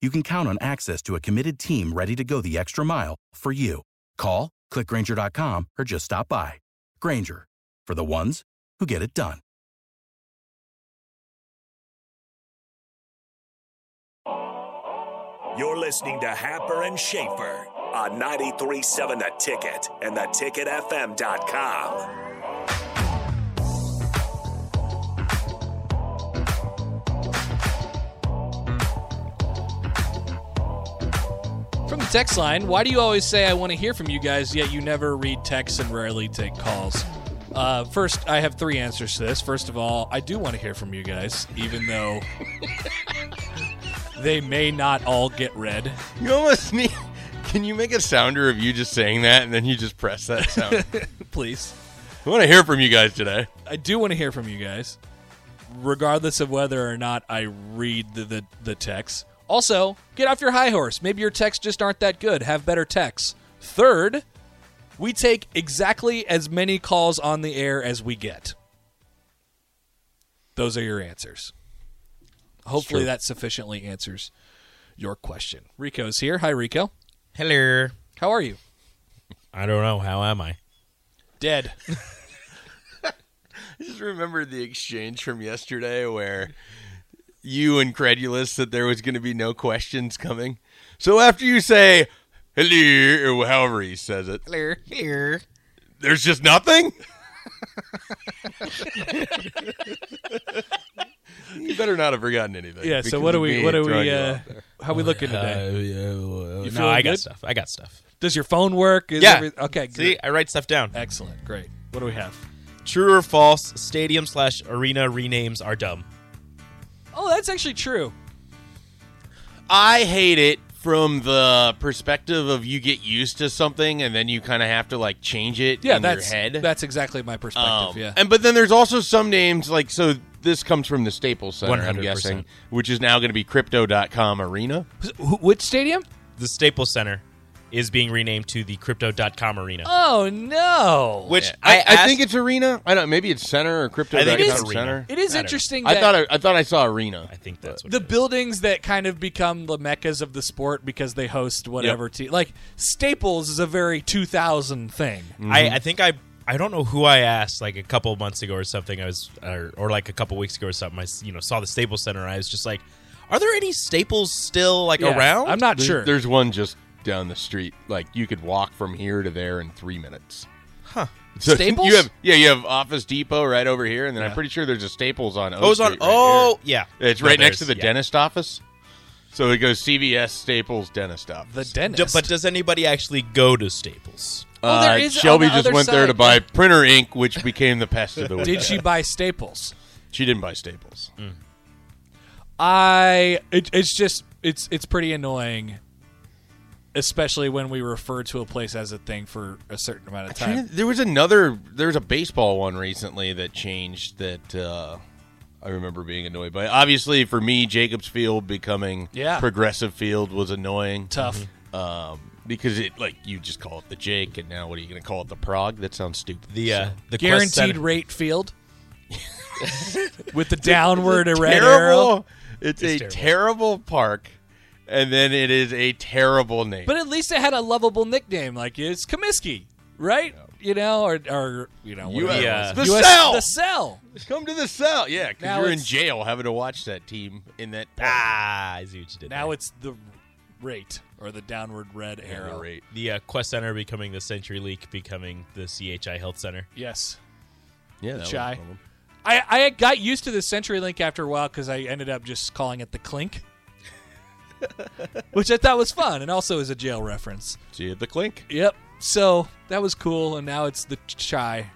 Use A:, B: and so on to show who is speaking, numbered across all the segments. A: you can count on access to a committed team ready to go the extra mile for you. Call, click Granger.com, or just stop by. Granger, for the ones who get it done.
B: You're listening to Happer and Schaefer on 93.7 The Ticket and theticketfm.com.
C: From the text line, why do you always say I want to hear from you guys, yet you never read texts and rarely take calls? Uh, first, I have three answers to this. First of all, I do want to hear from you guys, even though they may not all get read.
D: You almost need. Can you make a sounder of you just saying that, and then you just press that sound?
C: Please.
D: I want to hear from you guys today.
C: I do want to hear from you guys, regardless of whether or not I read the, the, the text. Also, get off your high horse. Maybe your texts just aren't that good. Have better texts. Third, we take exactly as many calls on the air as we get. Those are your answers. Hopefully,
D: true.
C: that sufficiently answers your question. Rico's here. Hi, Rico.
E: Hello.
C: How are you?
E: I don't know. How am I?
C: Dead.
D: I just remember the exchange from yesterday where you incredulous that there was going to be no questions coming. So after you say hello or however he says it,
E: Hello. Hello.
D: there's just nothing. you better not have forgotten anything.
C: yeah. So
D: because
C: what do
D: of
C: we?
D: me
C: What are
D: throwing
C: we?
D: you
C: Uh,
D: off there.
C: how we looking today?
E: Oh, uh, no,
C: feeling
E: I got
C: good?
E: stuff. I got stuff.
C: Does your phone work? Is
E: Yeah.
C: every- okay.
E: See,
C: Good.
E: I write stuff down.
C: Excellent. Great. What do we have?
E: True or false? Stadium slash arena renames are dumb.
C: Oh, that's actually true.
D: I hate it from the perspective of you get used to something and then you kind of have to like change it
C: Yeah,
D: in
C: that's
D: your head.
C: that's exactly my perspective.
D: Um,
C: yeah,
D: And but then there's also some names like so this comes from the Staples Center, i am
E: 100%.
D: guessing, which is now going to be crypto.com arena.
C: which stadium?
E: The Staples Center is being renamed to the Crypto.com Arena.
C: Oh no!
E: Which
D: I, I,
E: asked-
D: think it's arena. I don't maybe it's center or crypto.
E: I think
C: it's
D: center.
E: arena.
C: it is
E: I don't know.
C: interesting.
D: I
C: that
D: thought I, I thought I saw arena.
E: I think that's what
C: the
E: it is.
C: buildings that kind of become the meccas of the sport because they host whatever team. Like Staples is a very 2000 thing.
E: I, I think I I don't know who I asked like a couple of months ago or something. I was or, or like a couple of weeks ago or something. I s- you know saw the Staples Center. and I was just like, are there any Staples still like
C: Yeah,
E: around?
C: I'm not
D: There's,
C: sure.
D: there's one just down the street. Like you could walk from here to there in three minutes.
E: Huh.
D: So
C: Staples?
D: You have yeah, you have Office Depot right over here, and then I'm
E: Yeah.
D: pretty sure there's a Staples on. O
E: Oh, it's on.
D: Street right
E: oh, yeah.
D: here. it's
E: No,
D: right next to the
E: there's- yeah.
D: dentist office. So it goes CVS, Staples, dentist office.
C: the
E: D-
C: dentist,
E: but does anybody actually go to Staples?
C: Oh, there
D: Uh,
C: is on
D: Shelby
C: the
D: just
C: other
D: went there
C: side.
D: to buy printer ink, which became the pest of the week.
C: did she buy Staples?
D: She didn't buy Staples.
C: I it, it's just it's it's pretty annoying, especially when we refer to a place as a thing for a certain amount of time.
D: There was another. There was a baseball one recently that changed. That uh, I remember being annoyed by. Obviously, for me, Jacobs Field becoming
C: Yeah.
D: Progressive Field was annoying.
C: Tough.
D: Um, because it like you just call it the Jake, and now what are you going to call it? The Prague? That sounds stupid.
E: The uh, the Quest
C: guaranteed
E: Center-
C: rate field with the downward red
D: terrible.
C: arrow.
D: It's,
E: It's
D: a
E: terrible.
D: terrible park. and then it is a terrible name.
C: But at least it had a lovable nickname, like it's Comiskey, right? You know, or, or you know, whatever it
E: Yeah.
C: was.
D: The cell!
C: The cell.
D: Come to the cell, yeah, because
C: Now
D: you're in
C: it's-
D: jail having to watch that team in that
E: Ah, I see what you did.
C: Now
E: there.
C: it's the rate or the downward red arrow.
D: rate.
E: the uh, Quest Center becoming the Century Leak becoming the CHI Health Center.
C: Yes.
D: Yeah,
C: was Chai. one of I, I got used to the CenturyLink after a while because I ended up just calling it the Clink, which I thought was fun and also is a jail reference.
D: See you at the clink.
C: Yep. So that was cool, and now it's the Chai,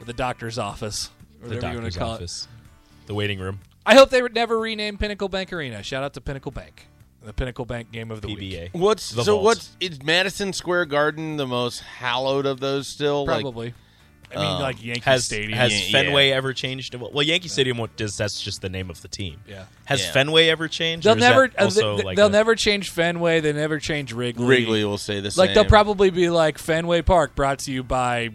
C: or the doctor's office, or
E: The
C: whatever you want
E: doctor's
C: to call
E: office. The waiting room.
C: it. I hope they would never rename Pinnacle Bank Arena. Shout out to Pinnacle Bank, the Pinnacle Bank game of the week.
E: PBA.
D: What's
E: The
D: so?
E: vault.
D: What's is Madison Square Garden the most hallowed of those still? Like,
C: Probably. I mean, like Yankee
E: um, Has
C: Stadium.
E: has
D: Yeah,
E: Fenway ever changed? to- Well, Yankee Stadium what does that's just the name of the team.
C: Yeah.
E: Has
D: Yeah.
E: Fenway ever changed?
C: they'll
E: or is that
C: never. uh,
E: also
C: they,
E: like
C: will
E: a-
C: never change Fenway. They never change Wrigley.
D: Wrigley will say the
C: Like
D: same.
C: they'll probably be like Fenway Park, brought to you by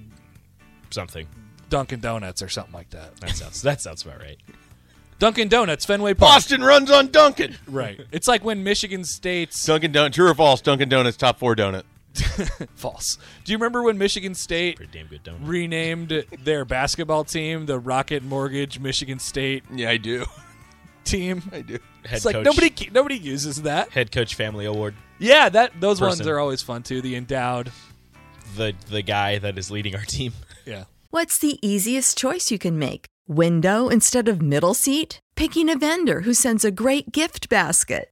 E: something.
C: Dunkin' Donuts or something like that.
E: That sounds that sounds about right.
C: Dunkin' Donuts, Fenway Park.
D: Boston runs on Duncan.
C: Right. It's like when Michigan State's
D: Dunkin' Donut, true or false? Dunkin' Donuts top four donut.
C: false. Do you remember when Michigan State
E: Pretty damn good donut.
C: renamed their basketball team the Rocket Mortgage Michigan State
D: Yeah, I do.
C: team?
D: I do.
E: Head
C: It's like
E: coach,
C: nobody nobody uses that.
E: head coach family award.
C: Yeah, that those ones
E: Person.
C: are always fun too. The endowed.
E: The the guy that is leading our team.
C: Yeah.
F: What's the easiest choice you can make? Window instead of middle seat? Picking a vendor who sends a great gift basket?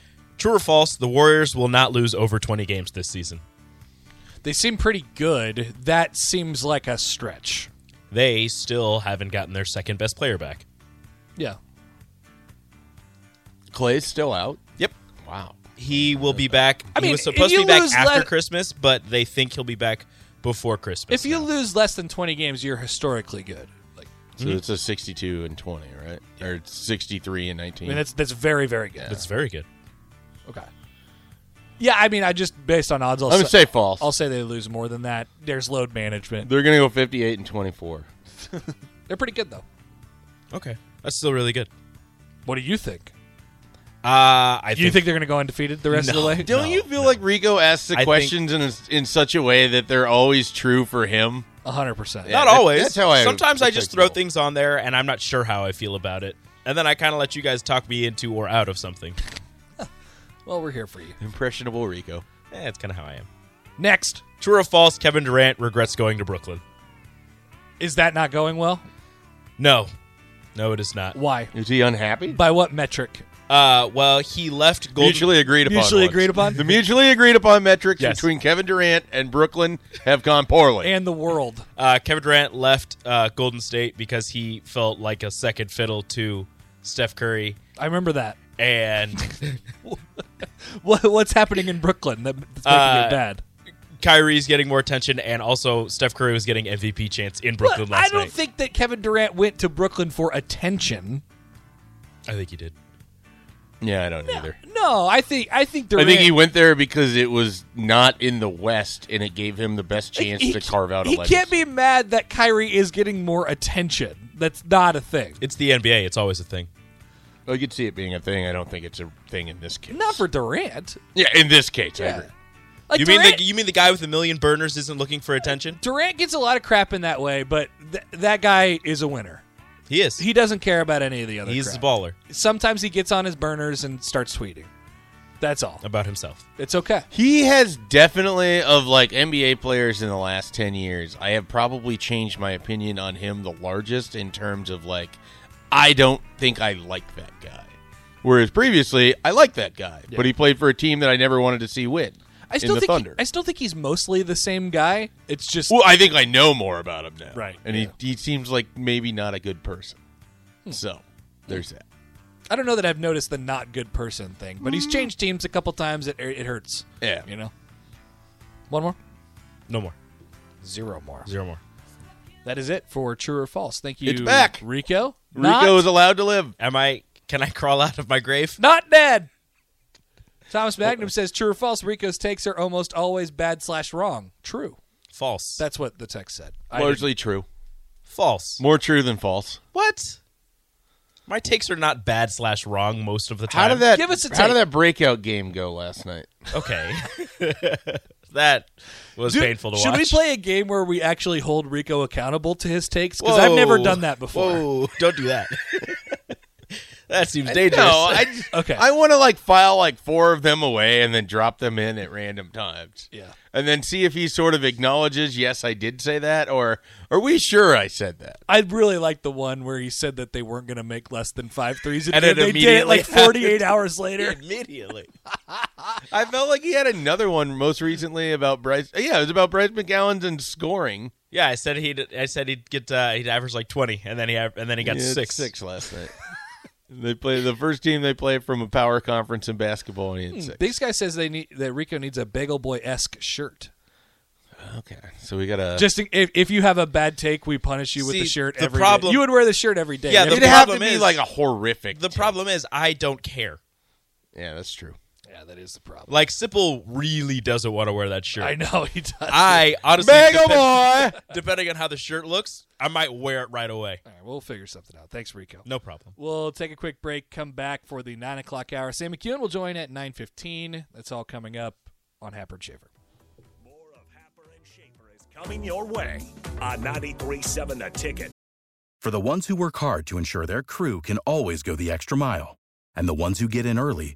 E: True or false? The Warriors will not lose over 20 games this season.
C: they seem pretty good. That seems like a stretch.
E: They still haven't gotten their second best player back.
C: Yeah.
D: Clay's still out.
E: Yep.
D: Wow.
E: He will be back.
C: I
E: I
C: mean,
E: he was
C: if
E: supposed to
C: you
E: be back
C: lose
E: after
C: le-
E: Christmas, but they think he'll be back before Christmas.
C: If you
E: now.
C: lose less than twenty games, you're historically good. Like,
D: So
E: Mm-hmm.
D: it's a 62 and 20, right? Or it's 63 and 19.
C: I mean, that's that's very very good.
E: that's very good.
C: Okay. Yeah, I mean, I just based on odds, I'll
D: I'm gonna say false.
C: I'll say they lose more than that. There's load management.
D: They're gonna go 58 and 24.
C: They're pretty good though.
E: Okay. That's still really good.
C: What do you think?
E: Uh, I
C: Do you think they're going to go undefeated the rest of the
E: No.
C: way?
D: Don't you feel like Rico asks the
E: I think-
D: questions in, in such a way that they're always true for him?
C: hundred percent.
D: Yeah.
E: not
D: that-
E: always.
D: that's how I-
E: Sometimes I
D: that's
E: just
D: how I
E: throw
D: feel.
E: things on there, and I'm not sure how I feel about it, and then I kind of let you guys talk me into or out of something.
C: Well, we're here for you.
D: Impressionable Rico.
E: Eh, that's kind of how I am.
C: Next,
E: True or false? Kevin Durant regrets going to Brooklyn.
C: is that not going well?
E: No, no, it is not.
C: Why?
D: Is he unhappy?
C: By what metric?
E: Uh, well, he left Golden.
D: mutually agreed upon.
C: Mutually
D: ones.
C: agreed upon?
D: The mutually agreed upon metrics
E: Yes.
D: between Kevin Durant and Brooklyn have gone poorly.
C: And the world.
E: Uh, Kevin Durant left uh, Golden State because he felt like a second fiddle to Steph Curry,
C: I remember that.
E: and
C: What, what's happening in Brooklyn that- that's making
E: Uh,
C: it bad?
E: Kyrie's getting more attention, and also Steph Curry was getting MVP chance in Brooklyn
C: Well, I
E: last
C: don't
E: night.
C: think that Kevin Durant went to Brooklyn for attention.
E: I think he did.
D: Yeah, I don't either.
C: No, I think I think
D: I
C: Durant.
D: think he went there because it was not in the West, and it gave him the best chance
C: he-
D: to carve out a
C: He
D: legacy.
C: can't be mad that Kyrie is getting more attention. That's not a thing.
E: It's the NBA. It's always a thing.
D: I could Oh, see it being a thing. I don't think it's a thing in this case.
C: Not for Durant.
D: yeah, in this case, I
C: Yeah.
D: agree.
C: Like
E: you
C: Durant,
E: mean the you mean the guy with a million burners isn't looking for attention?
C: Durant gets a lot of crap in that way, but th- that guy is a winner.
E: He is.
C: He doesn't care about any of the other.
E: He's
C: crap.
E: a baller
C: Sometimes he gets on his burners and starts tweeting. That's all.
E: about himself.
C: It's okay.
D: He has definitely, of like NBA players in the last 10 years, I have probably changed my opinion on him the largest in terms of like, I don't think I like that guy. Whereas previously, I liked that guy, but he played for a team that I never wanted to see win.
C: I still
D: in the
C: think
D: Thunder.
C: I still think he's mostly the same guy. It's just
D: well, I think I know more about him now.
C: Right,
D: And he, he seems like maybe not a good person.
C: Hmm.
D: So there's that.
C: I don't know that I've noticed the not good person thing, but he's changed teams a couple times. It, it hurts.
D: Yeah.
C: You know? One more?
E: No more.
C: Zero more.
E: Zero more.
C: That is it for True or False. Thank you,
D: It's back.
C: Rico.
D: Rico
C: not,
D: is allowed to live.
E: Am I? Can I crawl out of my grave?
C: not dead. Thomas Magnum says True or False, Rico's takes are almost always bad slash wrong. True.
E: False.
C: That's what the text said. I didn't-
D: Largely true.
E: false.
D: More true than false.
E: What? My takes are not bad slash wrong most of the time.
D: How did that
C: Give us a
D: How
C: take.
D: did that breakout game go last night?
E: Okay. that was
C: Dude,
E: painful to
C: should
E: watch.
C: we play a game where we actually hold Rico accountable to his takes? Because I've never
E: Whoa.
C: done that before.
E: Whoa! Don't do that. that seems dangerous.
D: No, I just,
C: Okay.
D: I want to like file like four of them away and then drop them in at random times.
C: Yeah.
D: and then see if he sort of acknowledges, yes, I did say that, or are we sure I said that?
C: I really liked the one where he said that they weren't going to make less than five threes, and,
E: And
C: then they
E: it
C: did it like
E: immediately
C: 48 hours later.
E: immediately.
D: I felt like he had another one most recently about Bryce. uh, Yeah, it was about Bryce McGowan's and scoring.
E: Yeah, I said he'd. I said he'd get. Uh, he'd average like twenty, and then he av- and then he got
D: Yeah, it's
E: six.
D: six last night. they play the first team they play from a power conference in basketball, and he
E: Hmm,
D: had six.
C: This guy says they need that Rico needs a bagel boy esque shirt.
D: Okay, so we got a
C: Uh, Just in, if, if you have a bad take, we punish you with the
E: See,
C: shirt.
E: the
C: every day.
E: problem-
C: you would wear the shirt every day.
E: Yeah,
C: You
E: the
D: It'd have to
E: problem
D: be
E: is-
D: like a horrific.
E: The
D: take.
E: problem is I don't care.
D: Yeah, that's true.
C: never- yeah, that is the problem.
E: Like Sipple really doesn't want to wear that shirt.
C: I know he does.
E: I honestly,
D: Bagel
E: depend- depending on how the shirt looks, I might wear it right away.
C: All right, we'll figure something out. Thanks, Rico.
E: No problem.
C: We'll take a quick break. Come back for the nine o'clock hour. Sam McEwen will join at nine fifteen. That's all coming up on Happer and Shaver.
B: More of Happer and Schaefer is coming your way on 93.7 The Ticket.
A: For the ones who work hard to ensure their crew can always go the extra mile, and the ones who get in early